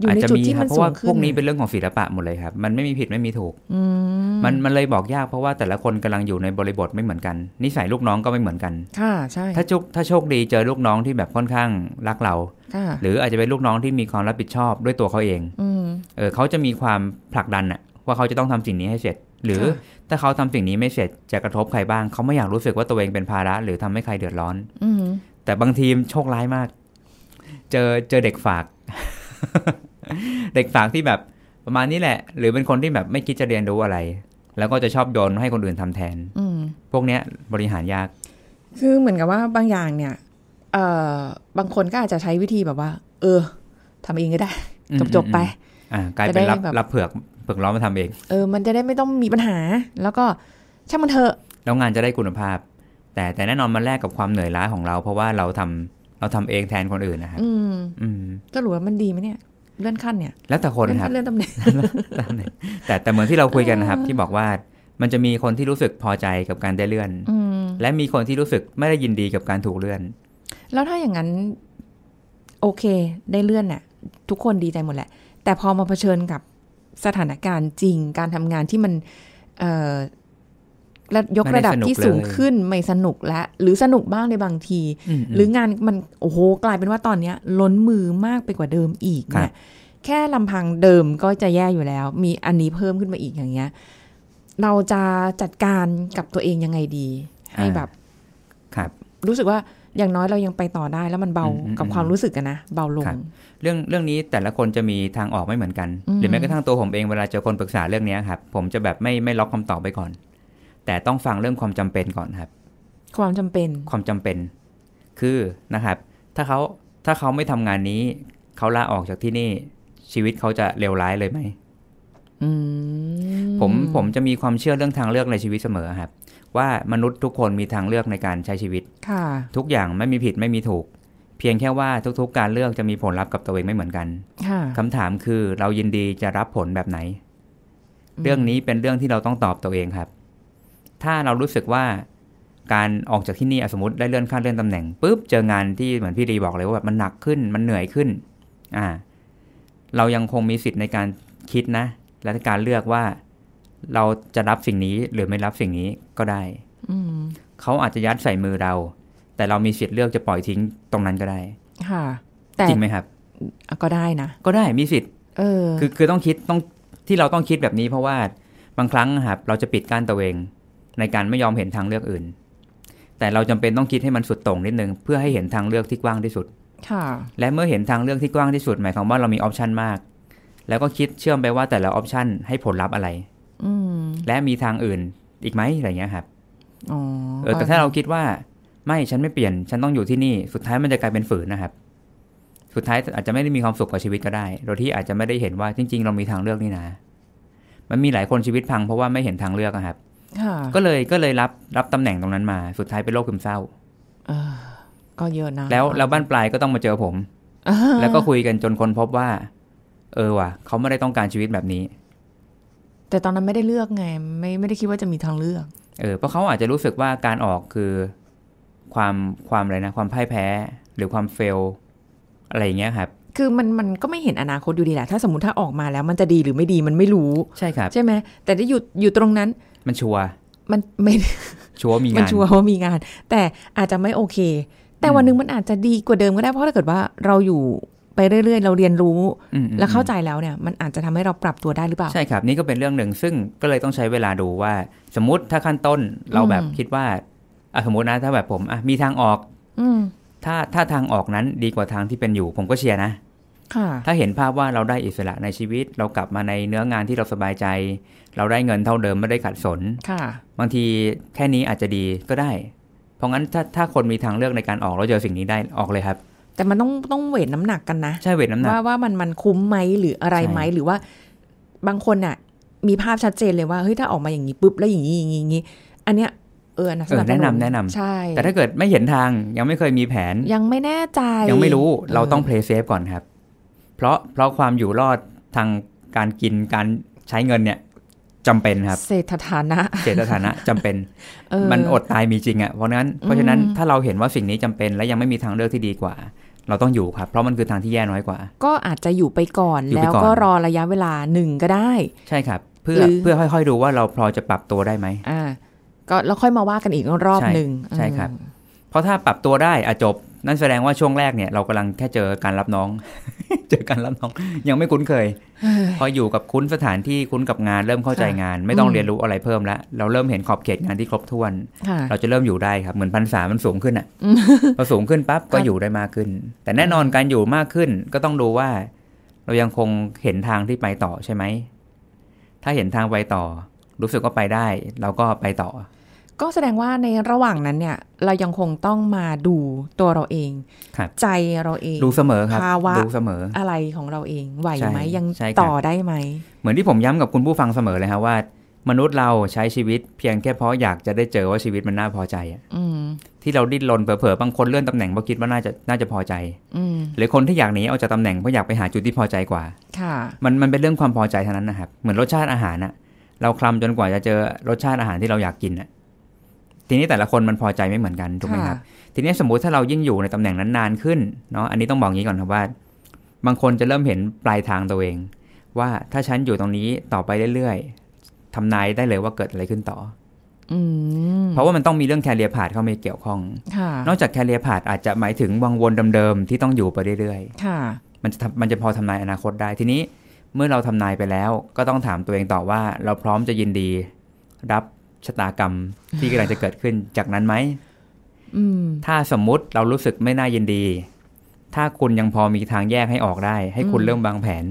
[SPEAKER 4] อยู่ใน
[SPEAKER 2] จจะ
[SPEAKER 4] จุด
[SPEAKER 2] มี
[SPEAKER 4] ที่
[SPEAKER 2] ครับ
[SPEAKER 4] มัน
[SPEAKER 2] เพราะ
[SPEAKER 4] สู
[SPEAKER 2] ว่าง
[SPEAKER 4] ขึ้
[SPEAKER 2] พ
[SPEAKER 4] น
[SPEAKER 2] วกนี้เป็นเรื่องของศิลปะหมดเลยครับ มันไม่มีผิดไม่มีถูก
[SPEAKER 4] อืม
[SPEAKER 2] มันมันเลยบอกยากเพราะว่าแต่ละคนกำลังอยู่ในบริบทไม่เหมือนกัน นิสัยลูกน้องก็ไม่เหมือนกัน
[SPEAKER 4] ค่ะ ใช่
[SPEAKER 2] ถ้าโชคถ้าโชคดีเจอลูกน้องที่แบบค่อนข้างรักเรา
[SPEAKER 4] ค่ะ
[SPEAKER 2] หรืออาจจะเป็นลูกน้องที่มีความรับผิดชอบด้วยตัวเขาเอง
[SPEAKER 4] อืม
[SPEAKER 2] เออเขาจะมีความผลักดันอะว่าเขาจะต้องทำสิ่งนี้ให้เสร็จ หรือ
[SPEAKER 4] ค่ะ
[SPEAKER 2] ถ้าเขาทำสิ่งนี้ไม่เสร็จจะกระทบใครบ้าง เขาไม่อยากรู้สึกว่าตัวเองเป็นภาระ หรือทำให้ใครเดือดร้อน
[SPEAKER 4] อืม
[SPEAKER 2] แต่บางทีมโชคร้ายมาก เจอเจอเด็กฝาก เด็กฝากที่แบบประมาณนี้แหละ หรือเป็นคนที่แบบไม่คิดจะเรียนรู้อะไร แล้วก็จะชอบโยนให้คนอื่นทำแทน
[SPEAKER 4] อืม
[SPEAKER 2] พวกเนี้ยบริหารยาก
[SPEAKER 4] คือเหมือนกับว่าบางอย่างเนี่ย เอ่อบางคนก็อาจจะใช้วิธีแบบว่า เออทำเองก็ได้
[SPEAKER 2] อืม
[SPEAKER 4] จบๆไป
[SPEAKER 2] อืม อ่ากลายเป็นรับ
[SPEAKER 4] จะได้แบบ
[SPEAKER 2] รับเผือกเผือกร้อนมาทำเอง
[SPEAKER 4] เออ มันจะได้ไม่ต้องมีปัญหา แล้วก็ช่างมันเถอะ
[SPEAKER 2] แล้วงานจะได้คุณภาพ แต่แต่แน่นอนมันแลกกับความเหนื่อยล้าของเรา เพราะว่าเราทำเราทำเองแทนคนอื่นนะครับ
[SPEAKER 4] อืม
[SPEAKER 2] อืม
[SPEAKER 4] สรุปว่ามันดีไหมเนี่ย เลื่อนขั้นเนี่ย
[SPEAKER 2] แล้วแต่คน
[SPEAKER 4] เลื่อน
[SPEAKER 2] ค
[SPEAKER 4] ขั้
[SPEAKER 2] รับ
[SPEAKER 4] นเลื่อนตำแหน่ง
[SPEAKER 2] แต่แต่เหมือนที่เราคุยกันนะครับ ที่บอกว่ามันจะมีคนที่รู้สึกพอใจกับการได้เลื่อน
[SPEAKER 4] อืม
[SPEAKER 2] และมีคนที่รู้สึกไม่ได้ยินดีกับการถูกเลื่อน
[SPEAKER 4] แล้วถ้าอย่างนั้น โอเค ได้เลื่อนน่ะ ทุกคนดีใจหมดแหละ แต่พอมาเผชิญกับสถานการณ์จริง การทำงานที่มันเอ่อระยกระดับ
[SPEAKER 2] ไม่ได้สนุก
[SPEAKER 4] ที่สูง
[SPEAKER 2] เลย
[SPEAKER 4] ขึ้นไม่สนุกและ หรือสนุกบ้างในบางที หรืองานมันโอ้โหกลายเป็นว่าตอนเนี้ย ล้นมือมากไปกว่าเดิมอีกเนี่ยแค่ลำพังเดิมก็จะแย่อยู่แล้ว มีอันนี้เพิ่มขึ้นมาอีกอย่างเงี้ย เราจะจัดการกับตัวเองยังไงดี ให้แบบ
[SPEAKER 2] ครับ
[SPEAKER 4] รู้สึกว่าอย่างน้อยเรายังไปต่อได้แล้วมันเบา
[SPEAKER 2] อืมอืม
[SPEAKER 4] กับความรู้สึกอะนะ เบาลง
[SPEAKER 2] ครับ เรื่องเรื่องนี้แต่ละคนจะมีทางออกไม่เหมือนกัน
[SPEAKER 4] อืม
[SPEAKER 2] หรือแม้กระทั่งตัวผมเองเวลาเจอคนปรึกษาเรื่องเนี้ยครับ ผมจะแบบไม่ไม่ล็อกคำตอบไปก่อน แต่ต้องฟังเรื่องความจำเป็นก่อนครับ
[SPEAKER 4] ความจำเป็น
[SPEAKER 2] ความจำเป็น คือนะครับ ถ้าเขาถ้าเขาไม่ทำงานนี้เขาลาออกจากที่นี่ชีวิตเขาจะเลวร้ายเลยไหม
[SPEAKER 4] อื
[SPEAKER 2] ผมผมจะมีความเชื่อเรื่องทางเลือกในชีวิตเสมอครับ ว่ามนุษย์ทุกคนมีทางเลือกในการใช้ชีวิต
[SPEAKER 4] ค่ะ
[SPEAKER 2] ทุกอย่างไม่มีผิดไม่มีถูก เพียงแค่ว่าทุกๆ การเลือกจะมีผลลัพธ์กับตัวเองไม่เหมือนกัน
[SPEAKER 4] ค่ะ
[SPEAKER 2] คำถามคือเรายินดีจะรับผลแบบไหน เรื่องนี้เป็นเรื่องที่เราต้องตอบตัวเองครับ ถ้าเรารู้สึกว่าการออกจากที่นี่อ่ะสมมติได้เลื่อนขั้นเลื่อนตำแหน่งปุ๊บเจองานที่เหมือนพี่รีบอกเลยว่าแบบมันหนักขึ้นมันเหนื่อยขึ้น อ่า เรายังคงมีสิทธิ์ในการคิดนะ และการเลือกว่าเราจะรับสิ่งนี้หรือไม่รับสิ่งนี้ก็ได้
[SPEAKER 4] อืม
[SPEAKER 2] เขาอาจจะยัดใส่มือเรา แต่เรามีสิทธิ์เลือกจะปล่อยทิ้งตรงนั้นก็ได้
[SPEAKER 4] ค่ะ แต่
[SPEAKER 2] จริงไหมครับ
[SPEAKER 4] ก็ได้นะ
[SPEAKER 2] ก็ได้มีสิทธิ์
[SPEAKER 4] เออ
[SPEAKER 2] คือคือต้องคิดต้องที่เราต้องคิดแบบนี้เพราะว่าบางครั้งครับเราจะปิดกั้นตัวเอง ในการไม่ยอมเห็นทางเลือกอื่น แต่เราจำเป็นต้องคิดให้มันสุดโต่งนิดนึง เพื่อให้เห็นทางเลือกที่กว้างที่สุด
[SPEAKER 4] ค่ะ
[SPEAKER 2] และเมื่อเห็นทางเลือกที่กว้างที่สุดหมายความว่าเรามีออปชันมาก แล้วก็คิดเชื่อมไปว่าแต่ละออปชันให้ผลลัพธ์อะไร
[SPEAKER 4] อืม
[SPEAKER 2] และมีทางอื่นอีกไหมอะไรเงี้ยครับ
[SPEAKER 4] อ๋อ
[SPEAKER 2] เออแต่ถ้าเราคิดว่าไม่ฉันไม่เปลี่ยน ฉันต้องอยู่ที่นี่สุดท้ายมันจะกลายเป็นฝืนนะครับ สุดท้ายอาจจะไม่ได้มีความสุขกับชีวิตก็ได้โดยที่อาจจะไม่ได้เห็นว่าจริง ๆ เรามีทางเลือกนี่นะ มันมีหลายคนชีวิตพังเพราะว่าไม่เห็นทางเลือกอะครับ
[SPEAKER 4] ค่ะ
[SPEAKER 2] ก็เลยก็เลยรับรับตำแหน่งตรงนั้นมา สุดท้ายเป็นโรคซึมเศร้า
[SPEAKER 4] เออก็เยอะนะ
[SPEAKER 2] แล้วแล้วบ้านปลายก็ต้องมาเจอผม แล้วก็คุยกันจนคนพบว่า เออว่ะเขาไม่ได้ต้องการชีวิตแบบนี้
[SPEAKER 4] แต่ตอนนั้นไม่ได้เลือกไง ไม่ไม่ได้คิดว่าจะมีทางเลือก
[SPEAKER 2] เออเพราะเขาอาจจะรู้สึกว่าการออกคือความความอะไรนะความพ่ายแพ้หรือความเฟล อะไรอย่างเงี้ยครับ
[SPEAKER 4] คือมันมันก็ไม่เห็นอนาคตอยู่ดีแหละ ถ้าสมมติถ้าออกมาแล้วมันจะดีหรือไม่ดีมันไม่รู้
[SPEAKER 2] ใช่ครับ
[SPEAKER 4] ใช่ไหมแต่ถ้าอยู่อยู่ตรงนั้น
[SPEAKER 2] มันชัวร์
[SPEAKER 4] มันไม่
[SPEAKER 2] ชัวร์มี
[SPEAKER 4] มัน
[SPEAKER 2] งาน
[SPEAKER 4] ชัวร์ว่ามีงาน แต่อาจจะไม่โอเค แต่
[SPEAKER 2] อืม
[SPEAKER 4] วันหนึ่งมันอาจจะดีกว่าเดิมก็ได้เพราะถ้าเกิดว่าเราอยู่ไปเรื่อยๆ เราเรียนรู้
[SPEAKER 2] อืมอืม
[SPEAKER 4] และเข้าใจแล้วเนี่ย มันอาจจะทำให้เราปรับตัวได้หรือเปล่า
[SPEAKER 2] ใช่ครับนี่ก็เป็นเรื่องหนึ่งซึ่งก็เลยต้องใช้เวลาดูว่า สมมติถ้าขั้นต้นเราแบบ
[SPEAKER 4] อืม
[SPEAKER 2] คิดว่าอ่ะสมมตินะถ้าแบบผมอ่ะมีทางออก
[SPEAKER 4] อืม
[SPEAKER 2] ถ้าถ้าทางออกนั้นดีกว่าทางที่เป็นอยู่ ผมก็เชียร์นะ
[SPEAKER 4] ค่ะ
[SPEAKER 2] ถ้าเห็นภาพว่าเราได้อิสระในชีวิต เรากลับมาในเนื้องานที่เราสบายใจ เราได้เงินเท่าเดิมไม่ได้ขัดสน
[SPEAKER 4] ค่ะ
[SPEAKER 2] บางทีแค่นี้อาจจะดีก็ได้ เพราะงั้นถ้าถ้าคนมีทางเลือกในการออกแล้วเจอสิ่งนี้ได้ออกเลยครับ
[SPEAKER 4] แต่มันต้องต้องเวทน้ำหนักกันนะ
[SPEAKER 2] ใช่เวทน้ำหนัก
[SPEAKER 4] ว่าว่ามันมันคุ้มไหมหรืออะไรไหม
[SPEAKER 2] ใช่
[SPEAKER 4] หรือว่า บางคนอ่ะ มีภาพชัดเจนเลยว่าเฮ้ยถ้าออกมาอย่างนี้ปุ๊บแล้วอย่างนี้อย่างนี้อย่างนี้อันเนี้ย เออนะ
[SPEAKER 2] เออแนะนำแนะนำ
[SPEAKER 4] ใช่
[SPEAKER 2] แต่ถ้าเกิดไม่เห็นทางยังไม่เคยมีแผน
[SPEAKER 4] ยังไม่แน่ใจ
[SPEAKER 2] ยังไม่รู้เราต้อง
[SPEAKER 4] อ
[SPEAKER 2] play safe ก่อนครับ เพราะเพราะความอยู่รอดทางการกินการใช้เงินเนี่ยจำเป็น ครับ
[SPEAKER 4] เศรษฐฐานะ
[SPEAKER 2] เจตฐานะจำเป็น
[SPEAKER 4] เ
[SPEAKER 2] มันอดตายมีจริงอะ่ะเพราะนั้นเพราะฉะนั้น
[SPEAKER 4] อืม
[SPEAKER 2] ถ้าเราเห็นว่าสิ่งนี้จำเป็นและยังไม่มีทางเลือกที่ดีกว่า เราต้องอยู่ครับ เพราะมันคือทางที่แย่น้อยกว่า
[SPEAKER 4] ก็อาจจะอยู่ไปก่อน
[SPEAKER 2] อยู่
[SPEAKER 4] แล้
[SPEAKER 2] ไป
[SPEAKER 4] ว
[SPEAKER 2] ก่อน
[SPEAKER 4] ก็รอระยะเวลาหนึ่งก็ได้
[SPEAKER 2] ใช่ครับ เพื่อ
[SPEAKER 4] หรือ
[SPEAKER 2] เพื่อค่อยๆดูว่าเราพอจะปรับตัวได้ไหม
[SPEAKER 4] อ่า ก็แล้วค่อยมาว่ากันอีกรอบ
[SPEAKER 2] ใช่
[SPEAKER 4] หนึ่ง
[SPEAKER 2] ใช่ครับ
[SPEAKER 4] อืม
[SPEAKER 2] เพราะถ้าปรับตัวได้อะจบ นั่นแสดงว่าช่วงแรกเนี่ยเรากำลังแค่เจอการรับน้อง เจอการรับน้อง ยังไม่คุ้นเคย
[SPEAKER 4] เฮ้ย
[SPEAKER 2] พออยู่กับคุ้นสถานที่คุ้นกับงานเริ่มเข้าใจ
[SPEAKER 4] ค่ะ
[SPEAKER 2] งาน ไม่ต้อง
[SPEAKER 4] อืม
[SPEAKER 2] เรียนรู้อะไรเพิ่มแล้วเราเริ่มเห็นขอบเขตงานที่ครบถ้วน
[SPEAKER 4] ค่ะ
[SPEAKER 2] เราจะเริ่มอยู่ได้ครับเหมือนพันษามันสูงขึ้น อ่ะพอสูงขึ้นปั๊บ
[SPEAKER 4] ครั
[SPEAKER 2] ก็
[SPEAKER 4] บ
[SPEAKER 2] อยู่ได้มากขึ้น แต่แน่นอนการอยู่มากขึ้นก็ต้องดูว่า เรายังคงเห็นทางที่ไปต่อใช่ไหมถ้าเห็นทางไปต่อ รู้สึกว่าไปได้เราก็ไปต่อ
[SPEAKER 4] ก็แสดงว่าในระหว่างนั้นเนี่ย เรายังคงต้องมาดูตัวเราเอง
[SPEAKER 2] ครับ
[SPEAKER 4] ใจเราเอง
[SPEAKER 2] ดูเสมอครับ
[SPEAKER 4] ภาวะ
[SPEAKER 2] ดูเสมอ
[SPEAKER 4] อะไรของเราเองไหวไหม
[SPEAKER 2] ใช่
[SPEAKER 4] ยัง
[SPEAKER 2] ใช่ครับ
[SPEAKER 4] ต่อได้ไหม
[SPEAKER 2] เหมือนที่ผมย้ำกับคุณผู้ฟังเสมอเลยครับว่า มนุษย์เราใช้ชีวิตเพียงแค่เพราะอยากจะได้เจอว่าชีวิตมันน่าพอใจอะ
[SPEAKER 4] อืม
[SPEAKER 2] ที่เราดิ้นรนเผลอๆบางคนเลื่อนตำแหน่งเพราะคิดว่าน่าจะน่าจะพอใจ
[SPEAKER 4] อืม
[SPEAKER 2] หรือคนที่อยากหนีออกจากตำแหน่งเพราะอยากไปหาจุดที่พอใจกว่า
[SPEAKER 4] ค่ะ
[SPEAKER 2] มันมันเป็นเรื่องความพอใจเท่านั้นนะครับ เหมือนรสชาติอาหารอะเราคลำจนกว่าจะเจอรสชาติอาหารที่เราอยากกินอะทีนี้แต่ละคนมันพอใจไม่เหมือนกันถูกไหมครับ ทีนี้สมมุติถ้าเรายิ่งอยู่ในตำแหน่งนั้นนานขึ้นเนาะอันนี้ต้องบอกงี้ก่อนครับว่า บางคนจะเริ่มเห็นปลายทางตัวเอง ว่าถ้าฉันอยู่ตรงนี้ต่อไปเรื่อยๆทำนายได้เลยว่าเกิดอะไรขึ้นต่อ
[SPEAKER 4] อืม
[SPEAKER 2] อเพราะว่ามันต้องมีเรื่องแคเรียพาดเข้ามาเกี่ยวข้อง
[SPEAKER 4] ค่ะ
[SPEAKER 2] นอกจากแคเรียพาดอาจจะหมายถึงวังวนเดิมๆที่ต้องอยู่ไปเรื่อย
[SPEAKER 4] ค่ะ
[SPEAKER 2] ๆ มันจะทำมันจะพอทำนายอนาคตได้ทีนี้เมื่อเราทำนายไปแล้ว ก็ต้องถามตัวเองต่อว่า เราพร้อมจะยินดี รับชะตากรรมที่กำลังจะเกิดขึ้นจากนั้นไหม
[SPEAKER 4] อืม
[SPEAKER 2] ถ้าสมมุติเรารู้สึกไม่น่ายินดี ถ้าคุณยังพอมีทางแยกให้ออกได้ ให้คุณ
[SPEAKER 4] อืม
[SPEAKER 2] เริ่มวางแผน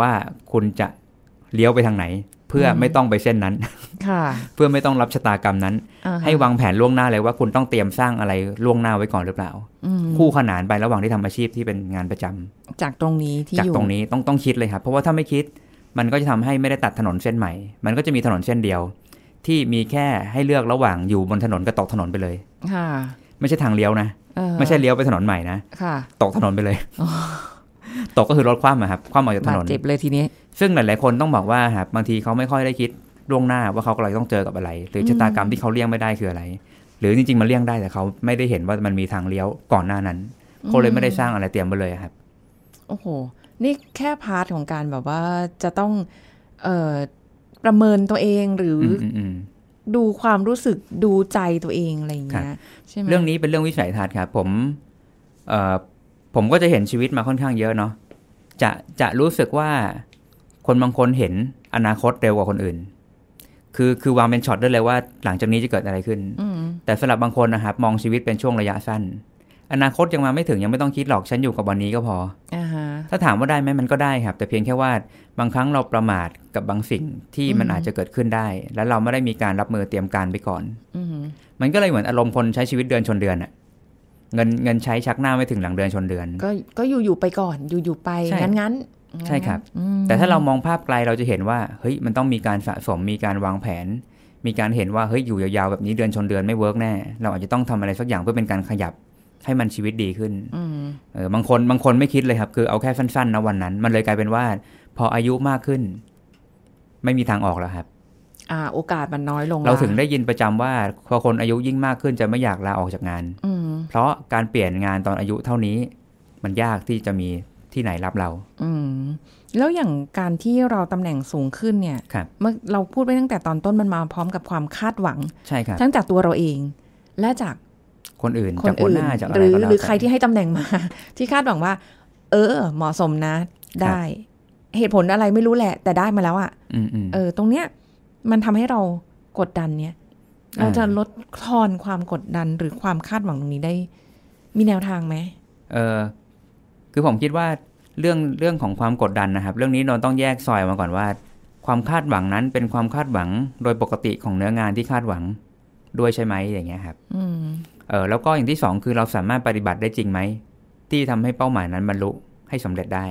[SPEAKER 2] ว่าคุณจะเลี้ยวไปทางไหน เพื่ออ
[SPEAKER 4] ม
[SPEAKER 2] ไม่ต้องไปเส้นนั้น
[SPEAKER 4] ค่ะ
[SPEAKER 2] เพื่อไม่ต้องรับชะตากรรมนั้น
[SPEAKER 4] อ่ฮะ
[SPEAKER 2] ให้วางแผนล่วงหน้าเลยว่าคุณต้องเตรียมสร้างอะไรล่วงหน้าไว้ก่อนหรือเปล่า
[SPEAKER 4] อืม
[SPEAKER 2] คู่ขนานไประหว่างที่ทำอาชีพที่เป็นงานประจำ
[SPEAKER 4] จากตรงนี้ที่
[SPEAKER 2] จาก
[SPEAKER 4] อยู่
[SPEAKER 2] ตรงนี้ต้องต้องคิดเลยครับ เพราะว่าถ้าไม่คิด มันก็จะทำให้ไม่ได้ตัดถนนเส้นใหม่ มันก็จะมีถนนเส้นเดียว ที่มีแค่ให้เลือกระหว่างอยู่บนถนนกับตกถนนไปเลย
[SPEAKER 4] ค่ะ
[SPEAKER 2] ไม่ใช่ทางเลี้ยวนะ
[SPEAKER 4] เออ
[SPEAKER 2] ไม่ใช่เลี้ยวไปถนนใหม่นะ
[SPEAKER 4] ค่ะ
[SPEAKER 2] ตกถนนไปเลย ตกก็คือรถคว่ำอะครับ คว่ำออกจากถ
[SPEAKER 4] บาด
[SPEAKER 2] นน
[SPEAKER 4] เจ็บเลยทีนี้
[SPEAKER 2] ซึ่งหลาย ๆ คนต้องบอกว่าครับบางทีเขาไม่ค่อยได้คิดล่วงหน้าว่าเขากำลังต้องเจอกับอะไร หรือ
[SPEAKER 4] ม
[SPEAKER 2] ชะตากรรมที่เขาเลี่ยงไม่ได้คืออะไร หรือจริง ๆ มันเลี่ยงได้แต่เขาไม่ได้เห็นว่ามันมีทางเลี้ยวก่อนหน้านั้นเขาเลยไม่ได้สร้างอะไรเตรียมไปเลยครับ
[SPEAKER 4] โอ้โห นี่แค่พาร์ทของการแบบว่าจะต้อง เอ่อ ประเมินตัวเองหรือ
[SPEAKER 2] อื
[SPEAKER 4] อ
[SPEAKER 2] มอืมอืม
[SPEAKER 4] ดูความรู้สึกดูใจตัวเองอะไรอย่าง
[SPEAKER 2] ครั
[SPEAKER 4] เงี้ย
[SPEAKER 2] บ
[SPEAKER 4] ใช่ไหม
[SPEAKER 2] เรื่องนี้เป็นเรื่องวิสัยทัศน์ครับผมเอ่อผมก็จะเห็นชีวิตมาค่อนข้างเยอะเนาะจะจะรู้สึกว่าคนบางคนเห็นอนาคตเร็วกว่าคนอื่น คือคือวางเป็นช็อตได้เลยว่าหลังจากนี้จะเกิดอะไรขึ้น
[SPEAKER 4] อืม
[SPEAKER 2] แต่สำหรับบางคนนะครับมองชีวิตเป็นช่วงระยะสั้น อนาคตยังมาไม่ถึงยังไม่ต้องคิดหรอกฉันอยู่กับวันนี้ก็พอ
[SPEAKER 4] อ่าฮะ
[SPEAKER 2] ถ้าถามว่าได้ไหมมันก็ได้ครับ แต่เพียงแค่ว่าบางครั้งเราประมาทกับบางสิ่งที่มัน
[SPEAKER 4] อืม
[SPEAKER 2] อาจจะเกิดขึ้นได้ และเราไม่ได้มีการรับมือเตรียมการไปก่อน
[SPEAKER 4] อืม
[SPEAKER 2] มันก็เลยเหมือนอารมณ์คนใช้ชีวิตเดือนชนเดือนอะเงินเงินใช้ชักหน้าไม่ถึงหลังเดือนชนเดือน
[SPEAKER 4] ก็ก็อยู่อยู่ๆไปก่อนอยู่อยู่ๆไป
[SPEAKER 2] ใช่
[SPEAKER 4] งั้นงั้นๆ
[SPEAKER 2] ใช่ครับ
[SPEAKER 4] อืม
[SPEAKER 2] แต่ถ้าเรามองภาพไกลเราจะเห็นว่าเฮ้ยมันต้องมีการสะสมมีการวางแผน มีการเห็นว่าเฮ้ยอยู่ยาวๆแบบนี้เดือนชนเดือนไม่เวิร์กแน่ เราอาจจะต้องทำอะไรสักอย่างเพื่อเป็นการขยับให้มันชีวิตดีขึ้น
[SPEAKER 4] อืม
[SPEAKER 2] เออบางคนบางคนไม่คิดเลยครับ คือเอาแค่สั้นๆนะวันนั้น มันเลยกลายเป็นว่า พออายุมากขึ้น ไม่มีทางออกแล้วครับ
[SPEAKER 4] อ่า โอกาสมันน้อยลง
[SPEAKER 2] เรา
[SPEAKER 4] ละ
[SPEAKER 2] ถึงได้ยินประจำว่าพอคนอายุยิ่งมากขึ้นจะไม่อยากลาออกจากงาน
[SPEAKER 4] อืม
[SPEAKER 2] เพราะการเปลี่ยนงานตอนอายุเท่านี้ มันยากที่จะมีที่ไหนรับเรา
[SPEAKER 4] อืมแล้วอย่างการที่เราตำแหน่งสูงขึ้นเนี่ย
[SPEAKER 2] ครับ
[SPEAKER 4] เมื่อเราพูดไปตั้งแต่ตอนต้นมันมาพร้อมกับความคาดหวัง
[SPEAKER 2] ใช่ครับ
[SPEAKER 4] ทั้งจากตัวเราเอง และจาก
[SPEAKER 2] คนอื่น
[SPEAKER 4] ค
[SPEAKER 2] จาน กคนห
[SPEAKER 4] อื่น
[SPEAKER 2] น้าจากอะ
[SPEAKER 4] ห
[SPEAKER 2] ไร
[SPEAKER 4] รือ
[SPEAKER 2] ก็แล้ว
[SPEAKER 4] หรือใคร
[SPEAKER 2] แต่
[SPEAKER 4] ที่ให้ตำแหน่งมา ที่คาดหวังว่า เออ เหมาะสมนะ ได้ เหตุผลอะไรไม่รู้แหละ แต่ได้มาแล้วอะ
[SPEAKER 2] อืมอืม
[SPEAKER 4] เออตรงเนี้ยมันทำให้เรากดดันเนี่ย
[SPEAKER 2] อ่า
[SPEAKER 4] เราจะลดทอนความกดดันหรือความคาดหวังตรงนี้ได้ มีแนวทางไหม
[SPEAKER 2] เออคือผมคิดว่าเรื่องเรื่องของความกดดันนะครับ เรื่องนี้เราต้องแยกซอยออกมาก่อนว่า ความคาดหวังนั้นเป็นความคาดหวังโดยปกติของเนื้องานที่คาดหวังด้วยใช่ไหมอย่างเงี้ยครับ
[SPEAKER 4] อืม
[SPEAKER 2] เออแล้วก็อย่างที่สองคือเราสามารถปฏิบัติได้จริงไหม ที่ทำให้เป้าหมายนั้นบรรลุให้สำเร็จได้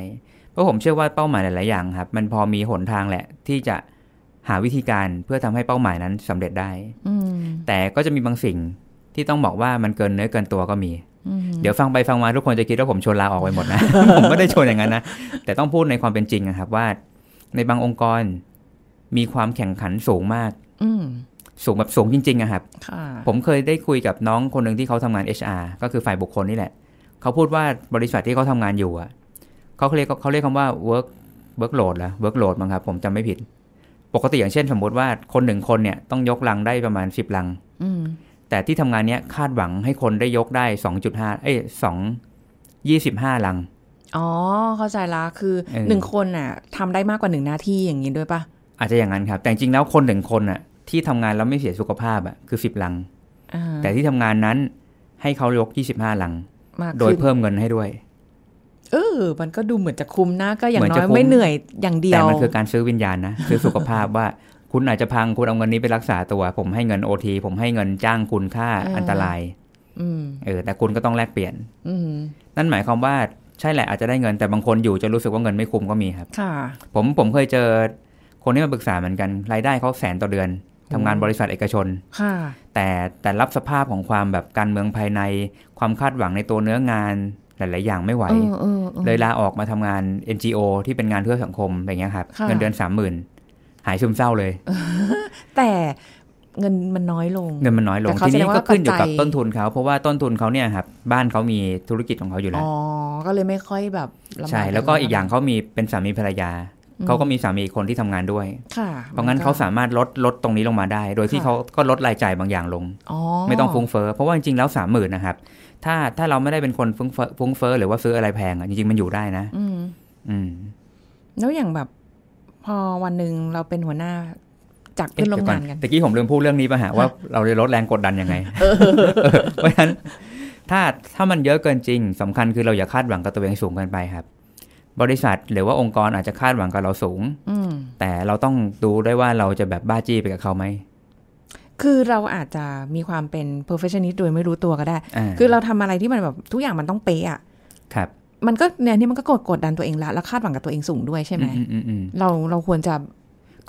[SPEAKER 2] เพราะผมเชื่อว่าเป้าหมายหลาย ๆ อย่างครับ มันพอมีหนทางแหละ ที่จะ หาวิธีการเพื่อทำให้เป้าหมายนั้นสำเร็จได้
[SPEAKER 4] อืม
[SPEAKER 2] แต่ก็จะมีบางสิ่งที่ต้องบอกว่ามันเกินเนื้อเกินตัวก็มี
[SPEAKER 4] อืม
[SPEAKER 2] เดี๋ยวฟังไปฟังมาทุกคนจะคิดว่าผมชวนลาออกไปหม ดนะ ผมไม่ได้ชวนอย่างนั้นนะ แต่ต้องพูดในความเป็นจริงนะครับว่า ในบางองค์กรมีความแข่งขันสูงมาก
[SPEAKER 4] อืม
[SPEAKER 2] สูงแบบสูงจริงๆอะครับ
[SPEAKER 4] ค่ะ
[SPEAKER 2] ผมเคยได้คุยกับน้องคนหนึ่งที่เขาทำงาน HR ก็คือฝ่ายบุคคลนี่แหละ เขาพูดว่าบริษัทที่เขาทำงานอยู่อะเขาเรียกเขาเรียกคำว่า work workload แล้ว workload มั้งครับ ผมจำไม่ผิด ปกติอย่างเช่น สมมติว่าคนหนึ่งคนเนี่ยต้องยกลังได้ประมาณ 10 ลัง
[SPEAKER 4] อืม
[SPEAKER 2] แต่ที่ทำงานเนี้ยคาดหวังให้คนได้ยกได้ 2.5 เอ้ย2 25 ลัง
[SPEAKER 4] อ๋อเข้าใจละคือ
[SPEAKER 2] เออ
[SPEAKER 4] หนึ่งคนน่ะทำได้มากกว่าหนึ่งหน้าที่อย่างนี้ด้วยปะ
[SPEAKER 2] อาจจะอย่างนั้นครับ แต่จริงๆแล้วคนหนึ่งคนอะที่ทำงานแล้วไม่เสียสุขภาพอะคือ 10 ลัง
[SPEAKER 4] อ่า
[SPEAKER 2] แต่ที่ทำงานนั้นให้เขายก 25 ลัง
[SPEAKER 4] มาก
[SPEAKER 2] โดย
[SPEAKER 4] ขึ้น
[SPEAKER 2] เพิ่มเงินให้ด้วย
[SPEAKER 4] เออ มันก็ดูเหมือนจะคุ้มนะก็อย่าง
[SPEAKER 2] เหมือน
[SPEAKER 4] น้
[SPEAKER 2] จะ
[SPEAKER 4] อย
[SPEAKER 2] คุ้ม
[SPEAKER 4] ไม่เหนื่อยอย่างเดีย
[SPEAKER 2] แต่
[SPEAKER 4] ว
[SPEAKER 2] มันคือการซื้อวิญญาณนะ ซื้อสุขภาพว่าคุณอาจจะพังคุณเอาเงินนี้ไปรักษาตัว ผมให้เงินโอทีผมให้เงินจ้างคุณค่าอันตราย
[SPEAKER 4] อืม
[SPEAKER 2] เออแต่คุณก็ต้องแลกเปลี่ยน
[SPEAKER 4] อืม
[SPEAKER 2] นั่นหมายความว่าใช่แหละอาจจะได้เงินแต่บางคนอยู่จะรู้สึกว่าเงินไม่คุ้มก็มีครับ
[SPEAKER 4] ค่ะ
[SPEAKER 2] ผมผมเคยเจอคนที่มาปรึกษาเหมือนกันรายได้เขาแสนต่อเดือนทำงานบริษัทเอกชน
[SPEAKER 4] ค่ะ
[SPEAKER 2] แต่แต่รับสภาพของความแบบการเมืองภายใน ความคาดหวังในตัวเนื้องานหลาย ๆ อย่างไม่ไหว
[SPEAKER 4] เออเออออ
[SPEAKER 2] เลยลาออกมาทำงาน NGO ที่เป็นงานเพื่อสังคมอะไรเงี้ยครับ
[SPEAKER 4] ค่ะ
[SPEAKER 2] เงินเดือนสามหมื่นหายซึมเศร้าเลย
[SPEAKER 4] แต่เงินมันน้อยลง
[SPEAKER 2] เงินมันน้อยล
[SPEAKER 4] แต่
[SPEAKER 2] ง
[SPEAKER 4] เขา
[SPEAKER 2] ที
[SPEAKER 4] แสด
[SPEAKER 2] นี้
[SPEAKER 4] งว่า
[SPEAKER 2] ก็ขึ้นอยู่กับ
[SPEAKER 4] ปัจจัย
[SPEAKER 2] ต้นทุนเขาเพราะว่าต้นทุนเขาเนี่ยครับบ้านเขามีธุรกิจของเขาอยู่แล้ว
[SPEAKER 4] อ๋อ ก็เลยไม่ค่อยแบบลำบาก
[SPEAKER 2] ใช่แล้วก็อีกอย่างเขามีเป็นสามีภรรยาเขาก็มีสามีอีกคนที่ทำงานด้วย
[SPEAKER 4] ค่ะ
[SPEAKER 2] เพราะงั้นเขาสามารถลดลดตรงนี้ลงมาได้ โดยที่เขาก็ลดรายจ่ายบางอย่างลง
[SPEAKER 4] อ๋อ
[SPEAKER 2] ไม่ต้องฟุ้งเฟ้อเพราะว่าจริงๆแล้วสามหมื่นนะครับถ้าถ้าเราไม่ได้เป็นคนฟุ้งเฟ้อฟุ้งเฟ้อหรือว่าซื้ออะไรแพงอะจริงๆมันอยู่ได้นะ
[SPEAKER 4] อืม
[SPEAKER 2] อืม
[SPEAKER 4] แล้วอย่างแบบ พอวันหนึ่งเราเป็นหัวหน้าจากเพื่อนร่วมงานกัน
[SPEAKER 2] เดี๋ยวอตะกี้ผมลืมพูดเรื่องนี้ป่ะฮะว่าเราจะลดแรงกดดัน ยังไง เพราะฉะนั้นถ้าถ้ามันเยอะเกินจริงสำคัญคือเราอย่าคาดหวังกับตัวเองสูงเกินไปครับ บริษัทหรือว่าองค์กรอาจจะคาดหวังกับเราสูง
[SPEAKER 4] อืม
[SPEAKER 2] แต่เราต้องดูด้วยว่าเราจะแบบบ้าจี้ไปกับเขาไหม
[SPEAKER 4] คือเราอาจจะมีความเป็น perfectionist โดยไม่รู้ตัวก็ได้
[SPEAKER 2] อ่า
[SPEAKER 4] คือเราทำอะไรที่มันแบบทุกอย่างมันต้องเป๊ะอะ
[SPEAKER 2] ครับ
[SPEAKER 4] มันก็เนี่ยนี่มันก็กดกดดันตัวเองละแล้วคาดหวังกับตัวเองสูงด้วยใช่ไหม
[SPEAKER 2] อืมอืมอืม
[SPEAKER 4] เราเราควรจะ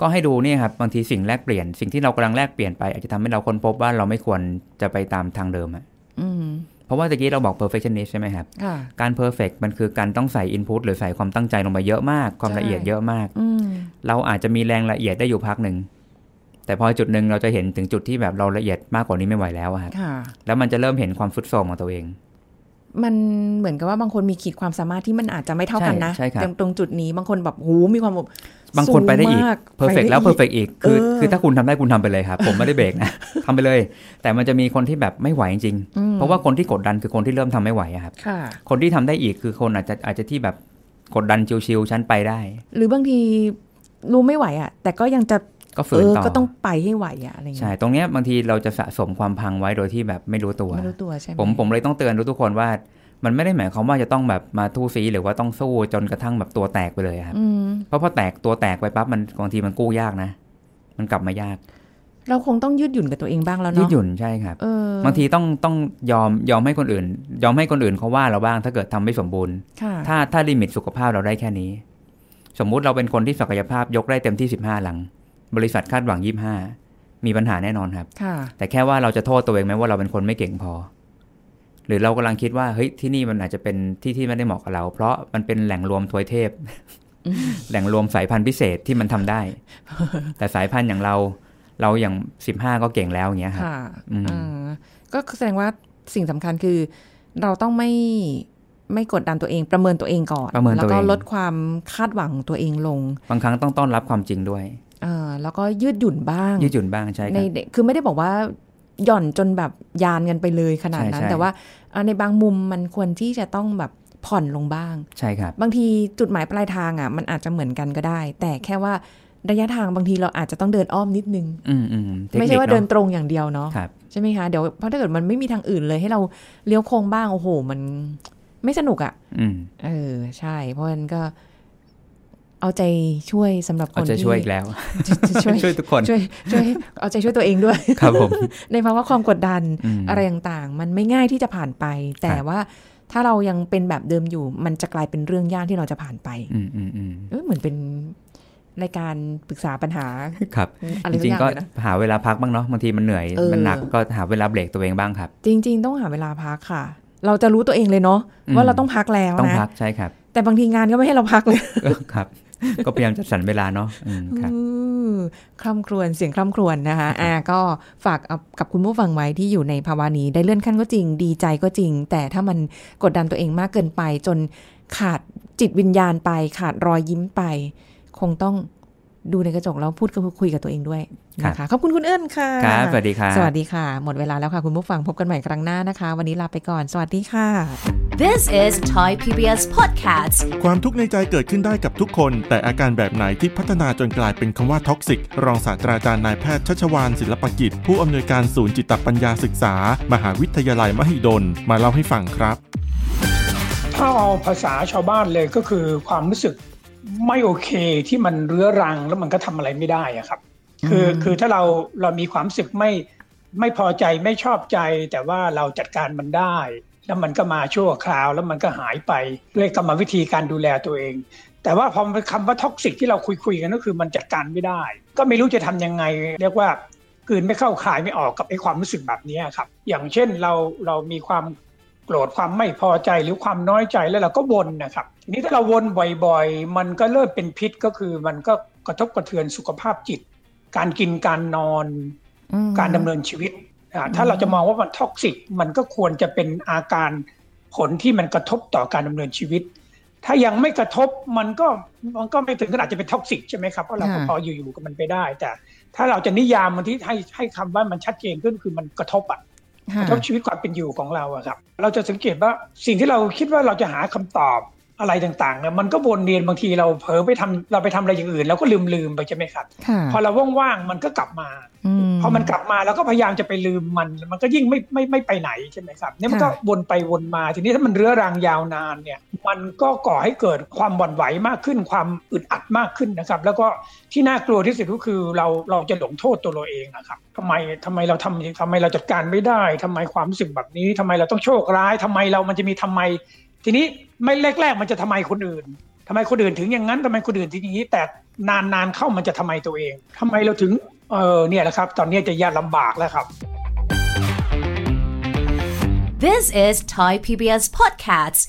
[SPEAKER 2] ก็ให้ดูเนี่ยครับบางทีสิ่งแลกเปลี่ยน สิ่งที่เรากำลังแลกเปลี่ยนไปอาจจะทำให้เราค้นพบว่าเราไม่ควรจะไปตามทางเดิมอะ
[SPEAKER 4] อืม
[SPEAKER 2] เพราะว่าตะกี้เราบอก perfectionist ใช่ไหมครับ
[SPEAKER 4] ค่ะ
[SPEAKER 2] การ perfect มันคือการต้องใส่ input หรือใส่ความตั้งใจลงไปเยอะมาก ความ
[SPEAKER 4] ใช่
[SPEAKER 2] ละเอียดเยอะมาก
[SPEAKER 4] อืม
[SPEAKER 2] เราอาจจะมีแรงละเอียดได้อยู่พักหนึ่ง แต่พอจุดหนึ่งเราจะเห็นถึงจุดที่แบบเราละเอียดมากกว่านี้ไม่ไหวแล้วอะครับ
[SPEAKER 4] ค่ะ
[SPEAKER 2] แล้วมันจะเริ่มเห็นความฟุดโทรมของตัวเอง
[SPEAKER 4] มันเหมือนกับว่าบางคนมีขีดความสามารถที่มันอาจจะไม่เท่ากันนะ
[SPEAKER 2] ใช่ใช่ครับ
[SPEAKER 4] ตรงตรงจุดนี้บางคนแบบหูมีความแบบ
[SPEAKER 2] บางคนไปได้อีก
[SPEAKER 4] สูงมา
[SPEAKER 2] perfect
[SPEAKER 4] ไปได้อีก
[SPEAKER 2] แล้ว perfect อีก คือ
[SPEAKER 4] เออ
[SPEAKER 2] คือถ้าคุณทำได้คุณทำไปเลยครับ ผมไม่ได้เบรก นะ ทำไปเลย แต่มันจะมีคนที่แบบไม่ไหวจริง
[SPEAKER 4] อื
[SPEAKER 2] ๆ
[SPEAKER 4] ม
[SPEAKER 2] เพราะว่าคนที่กดดันคือคนที่เริ่มทำไม่ไหวอะครับ
[SPEAKER 4] ค่ะ
[SPEAKER 2] คนที่ทำได้อีกคือคนอาจจะอาจจะที่แบบกดดันชิวๆฉันไปได้
[SPEAKER 4] หรือบางทีรู้ไม่ไหวอ่ะ แต่ก็ยังจะ
[SPEAKER 2] ก็ฝื
[SPEAKER 4] เอน อ
[SPEAKER 2] ต่อ
[SPEAKER 4] ก็ต้องไปให้ไหวอ่ะอะไรอย่าง
[SPEAKER 2] ใช่
[SPEAKER 4] เงี้ย
[SPEAKER 2] ตรงเนี้ยบางทีเราจะสะสมความพังไว้โดยที่แบบไม่รู้ตัว
[SPEAKER 4] ไม่รู้ตัวใช่ไหม
[SPEAKER 2] ผมผมเลยต้องเตือนทุกๆคนว่า มันไม่ได้หมายความว่าจะต้องแบบมาทู่ซีหรือว่าต้องสู้จนกระทั่งแบบตัวแตกไปเลยอะครับ
[SPEAKER 4] อืม
[SPEAKER 2] เพราะพอแตกตัวแตกไปปั๊บมันบางทีมันกู้ยากนะ มันกลับมายาก
[SPEAKER 4] เราคงต้องยืดหยุ่นกับตัวเองบ้างแล้ว
[SPEAKER 2] ยื
[SPEAKER 4] เนาะ
[SPEAKER 2] ดหยุ่นใช่ครับ
[SPEAKER 4] เออบ
[SPEAKER 2] างทีต้องต้องยอมยอมให้คนอื่น ยอมให้คนอื่นเขาว่าเราบ้างถ้าเกิดทำไม่สมบูรณ์
[SPEAKER 4] ค่ะ
[SPEAKER 2] ถ้าถ้าลิมิตสุขภาพเราได้แค่นี้ สมมุติเราเป็นคนที่ศักยภาพยกได้เต็มที่15หลัง บริษัทคาดหวัง25มีปัญหาแน่นอนครับ
[SPEAKER 4] ค่ะ
[SPEAKER 2] แต่แค่ว่าเราจะโทษตัวเองไหมว่าเราเป็นคนไม่เก่งพอ หรือเรากำลังคิดว่าเฮ้ยที่นี่มันอาจจะเป็นที่ที่ไม่ได้เหมาะกับเรา เพราะมันเป็นแหล่งรวมทวยเทพ แหล่งรวมสายพันธุ์พิเศษที่มันทำได้ แต่สายพันธุ์อย่างเรา เราอย่างสิบห้าก็เก่งแล้วอย่างเงี้ยครับ
[SPEAKER 4] ค่ะ
[SPEAKER 2] อืม
[SPEAKER 4] อ่าก็แสดงว่าสิ่งสำคัญคือ เราต้องไม่ไม่กดดันตัวเองประเมินตัวเองก่อน
[SPEAKER 2] ประเมินตัวเอง
[SPEAKER 4] แล้วก็ลดความคาดหวังของตัวเองลง
[SPEAKER 2] บางครั้งต้องต้อนรับความจริงด้วย
[SPEAKER 4] เอ่อแล้วก็ยืดหยุ่นบ้าง
[SPEAKER 2] ยืดหยุ่นบ้างใช่ค
[SPEAKER 4] ใน
[SPEAKER 2] รับ
[SPEAKER 4] เด็กคือไม่ได้บอกว่าหย่อนจนแบบยานกันไปเลยขนาดนั้น
[SPEAKER 2] ใช่ใช่
[SPEAKER 4] แต่ว่าอ่ะในบางมุมมันควรที่จะต้องแบบผ่อนลงบ้าง
[SPEAKER 2] ใช่ครับ
[SPEAKER 4] บางทีจุดหมายปลายทางอ่ะมันอาจจะเหมือนกันก็ได้ แต่แค่ว่าระยะทางบางทีเราอาจจะต้องเดินอ้อมนิดนึง
[SPEAKER 2] อืมอืมทคค
[SPEAKER 4] ไม่ใช่ว่าเดิน
[SPEAKER 2] อะ
[SPEAKER 4] ตรงอย่างเดียวเนาะ
[SPEAKER 2] ครับ
[SPEAKER 4] ใช่ไหมคะเดี๋ยวเพราะถ้าเกิดมันไม่มีทางอื่นเลยให้เราเลี้ยวโค้งบ้างโอ้โห มันไม่สนุกอ่ะ
[SPEAKER 2] อืม
[SPEAKER 4] เออใช่ เพราะฉะนั้นก็เอาใจช่วยสำหรับค
[SPEAKER 2] เอา
[SPEAKER 4] น
[SPEAKER 2] ใจ
[SPEAKER 4] ที่
[SPEAKER 2] ช่วยอีกแล้ว
[SPEAKER 4] จะจะช่วย
[SPEAKER 2] ช่วยทุกคน
[SPEAKER 4] ช่วยช่วยเอาใจช่วยตัวเองด้วย
[SPEAKER 2] ครับผม
[SPEAKER 4] ในภาวะความกดดัน
[SPEAKER 2] ม
[SPEAKER 4] อะไรต่างๆ มันไม่ง่ายที่จะผ่านไป แต่
[SPEAKER 2] ครับ
[SPEAKER 4] ว่าถ้าเรายังเป็นแบบเดิมอยู่ มันจะกลายเป็นเรื่องยากที่เราจะผ่านไป
[SPEAKER 2] อืมอืมอืม
[SPEAKER 4] เอ้ยเหมือนเป็น ในการปรึกษาปัญหา
[SPEAKER 2] ครับ
[SPEAKER 4] อะไร
[SPEAKER 2] จ
[SPEAKER 4] สัก
[SPEAKER 2] ริ
[SPEAKER 4] อง ย่าง
[SPEAKER 2] ๆก็
[SPEAKER 4] เลยนะ
[SPEAKER 2] หาเวลาพักบ้างเนาะบางทีมันเหนื่อย
[SPEAKER 4] เออ
[SPEAKER 2] มันหนักก็หาเวลาเบรกตัวเองบ้างครับ
[SPEAKER 4] จริง ๆ ต้องหาเวลาพักค่ะ เราจะรู้ตัวเองเลยเนาะ
[SPEAKER 2] อืม
[SPEAKER 4] ว่าเราต้องพักแล้ว
[SPEAKER 2] ต้อง
[SPEAKER 4] นะ
[SPEAKER 2] พักใช่ครับ
[SPEAKER 4] แต่บางทีงานก็ไม่ให้เราพักเลย
[SPEAKER 2] ก็ครับ ก็พยายามจัดสรรเวลาเนาะอืมครับ
[SPEAKER 4] อืมคร่ำครวญเสียงคร่ำครวญนะคะอ่าก็ฝากเอากับคุณผู้ฟังไว้ที่อยู่ในภาวะนี้ได้เลื่อนขั้นก็จริง ดีใจก็จริง แต่ถ้ามันกดดันตัวเองมากเกินไป จนขาดจิตวิญญาณไป ขาดรอยยิ้มไป คงต้องดูในกระจกแล้วพูดกับคุยกับตัวเองด้วยนะคะ ขอบคุณคุณเอิญค่ะ
[SPEAKER 2] ครับ สวัสดีครับ
[SPEAKER 4] สวัสดีค่ะ หมดเวลาแล้วค่ะ คุณผู้ฟังพบกันใหม่ครั้งหน้านะคะ วันนี้ลาไปก่อน สวัสดีค่ะ
[SPEAKER 1] This is Thai PBS Podcast.
[SPEAKER 5] ความทุกข์ในใจเกิดขึ้นได้กับทุกคน แต่อาการแบบไหนที่พัฒนาจนกลายเป็นคำว่าท็อกซิก รองศาสตราจารย์นายแพทย์ชัชวานศิลปกิจ ผู้อำนวยการศูนย์จิตปัญญาศึกษา มหาวิทยาลัยมหิดล มาเล่าให้ฟังครับ
[SPEAKER 6] ถ้าเอาภาษาชาวบ้านเลยก็คือความรู้สึกไม่โอเคที่มันเรื้อรังแล้วมันก็ทำอะไรไม่ได้อะครับ คือคือถ้าเราเรามีความรู้สึกไม่ไม่พอใจไม่ชอบใจ แต่ว่าเราจัดการมันได้ แล้วมันก็มาชั่วคราว แล้วมันก็หายไปด้วยกรรมวิธีการดูแลตัวเอง แต่ว่าพอมันเป็นคำว่าท็อกซิกที่เราคุยคุยๆกันก็คือมันจัดการไม่ได้ ก็ไม่รู้จะทำยังไง เรียกว่ากลืนไม่เข้าคายไม่ออกกับไอ้ความรู้สึกแบบนี้ครับ อย่างเช่นเราเรามีความ โกรธความไม่พอใจหรือความน้อยใจแล้วเราก็วนนะครับทีนี้ถ้าเราวนบ่อยๆ มันก็เริ่มเป็นพิษก็คือมันก็กระทบกระเทือนสุขภาพจิต การกินการนอนการดำเนินชีวิตอ่าถ้าเราจะมองว่ามันท็อกซิกมันก็ควรจะเป็นอาการผลที่มันกระทบต่อการดำเนินชีวิต ถ้ายังไม่กระทบมันก็มันก็ไม่ถึงขนาดจะเป็นท็อกซิกใช่ไหมครับเพราะเราก็
[SPEAKER 4] ค่ะ
[SPEAKER 6] พออยู่ๆกับมันไปได้ แต่ ถ้าเราจะนิยามมันที่ให้ให้คำว่ามันชัดเจนขึ้นคือมันกระทบอะ
[SPEAKER 4] ค่ะ
[SPEAKER 6] กระทบชีวิตความเป็นอยู่ของเราอะครับ เราจะสังเกตว่าสิ่งที่เราคิดว่าเราจะหาคำตอบอะไรต่างๆเนี่ยมันก็วนเวียนบางทีเราเผลอไปทำเราไปทำอะไรอย่างอื่นเราก็ลืมลืมๆไปใช่ไหมครับ
[SPEAKER 4] ค่ะ
[SPEAKER 6] พอเราว่างๆมันก็กลับมา
[SPEAKER 4] ม
[SPEAKER 6] พอมันกลับมาเราก็พยายามจะไปลืมมัน มันก็ยิ่งไม่ไม่ไม่ไปไหนใช่ไหมครับเนี่ยมันก็
[SPEAKER 4] ค่ะ
[SPEAKER 6] วนไปวนมาทีนี้ถ้ามันเรื้อรังยาวนานเนี่ยมันก็ก่อให้เกิดความหวั่นไหวมากขึ้น ความอึดอัดมากขึ้นนะครับ แล้วก็ที่น่ากลัวที่สุดก็คือเราเราจะหลงโทษตัวเราเองนะครับทำไมทำไมเราทำทำไมเราจัดการไม่ได้ทำไมความรู้สึกแบบนี้ทำไมเราต้องโชคร้ายทำไมเรามันจะมีทำไม ทีนี้ไม่แรก ๆ มันจะทำไมคนอื่น ทำไมคนอื่นถึงอย่างนั้นทำไมคนอื่นถึงอย่างนี้ แต่นานๆเข้ามันจะทำไมตัวเองทำไมเราถึงเออเนี่ยแหละครับ ตอนนี้จะยากลำบากแล้วครับ
[SPEAKER 1] This is Thai PBS Podcast.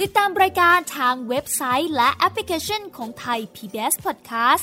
[SPEAKER 7] ติดตามรายการทางเว็บไซต์และแอปพลิเคชันของไทย PBS Podcast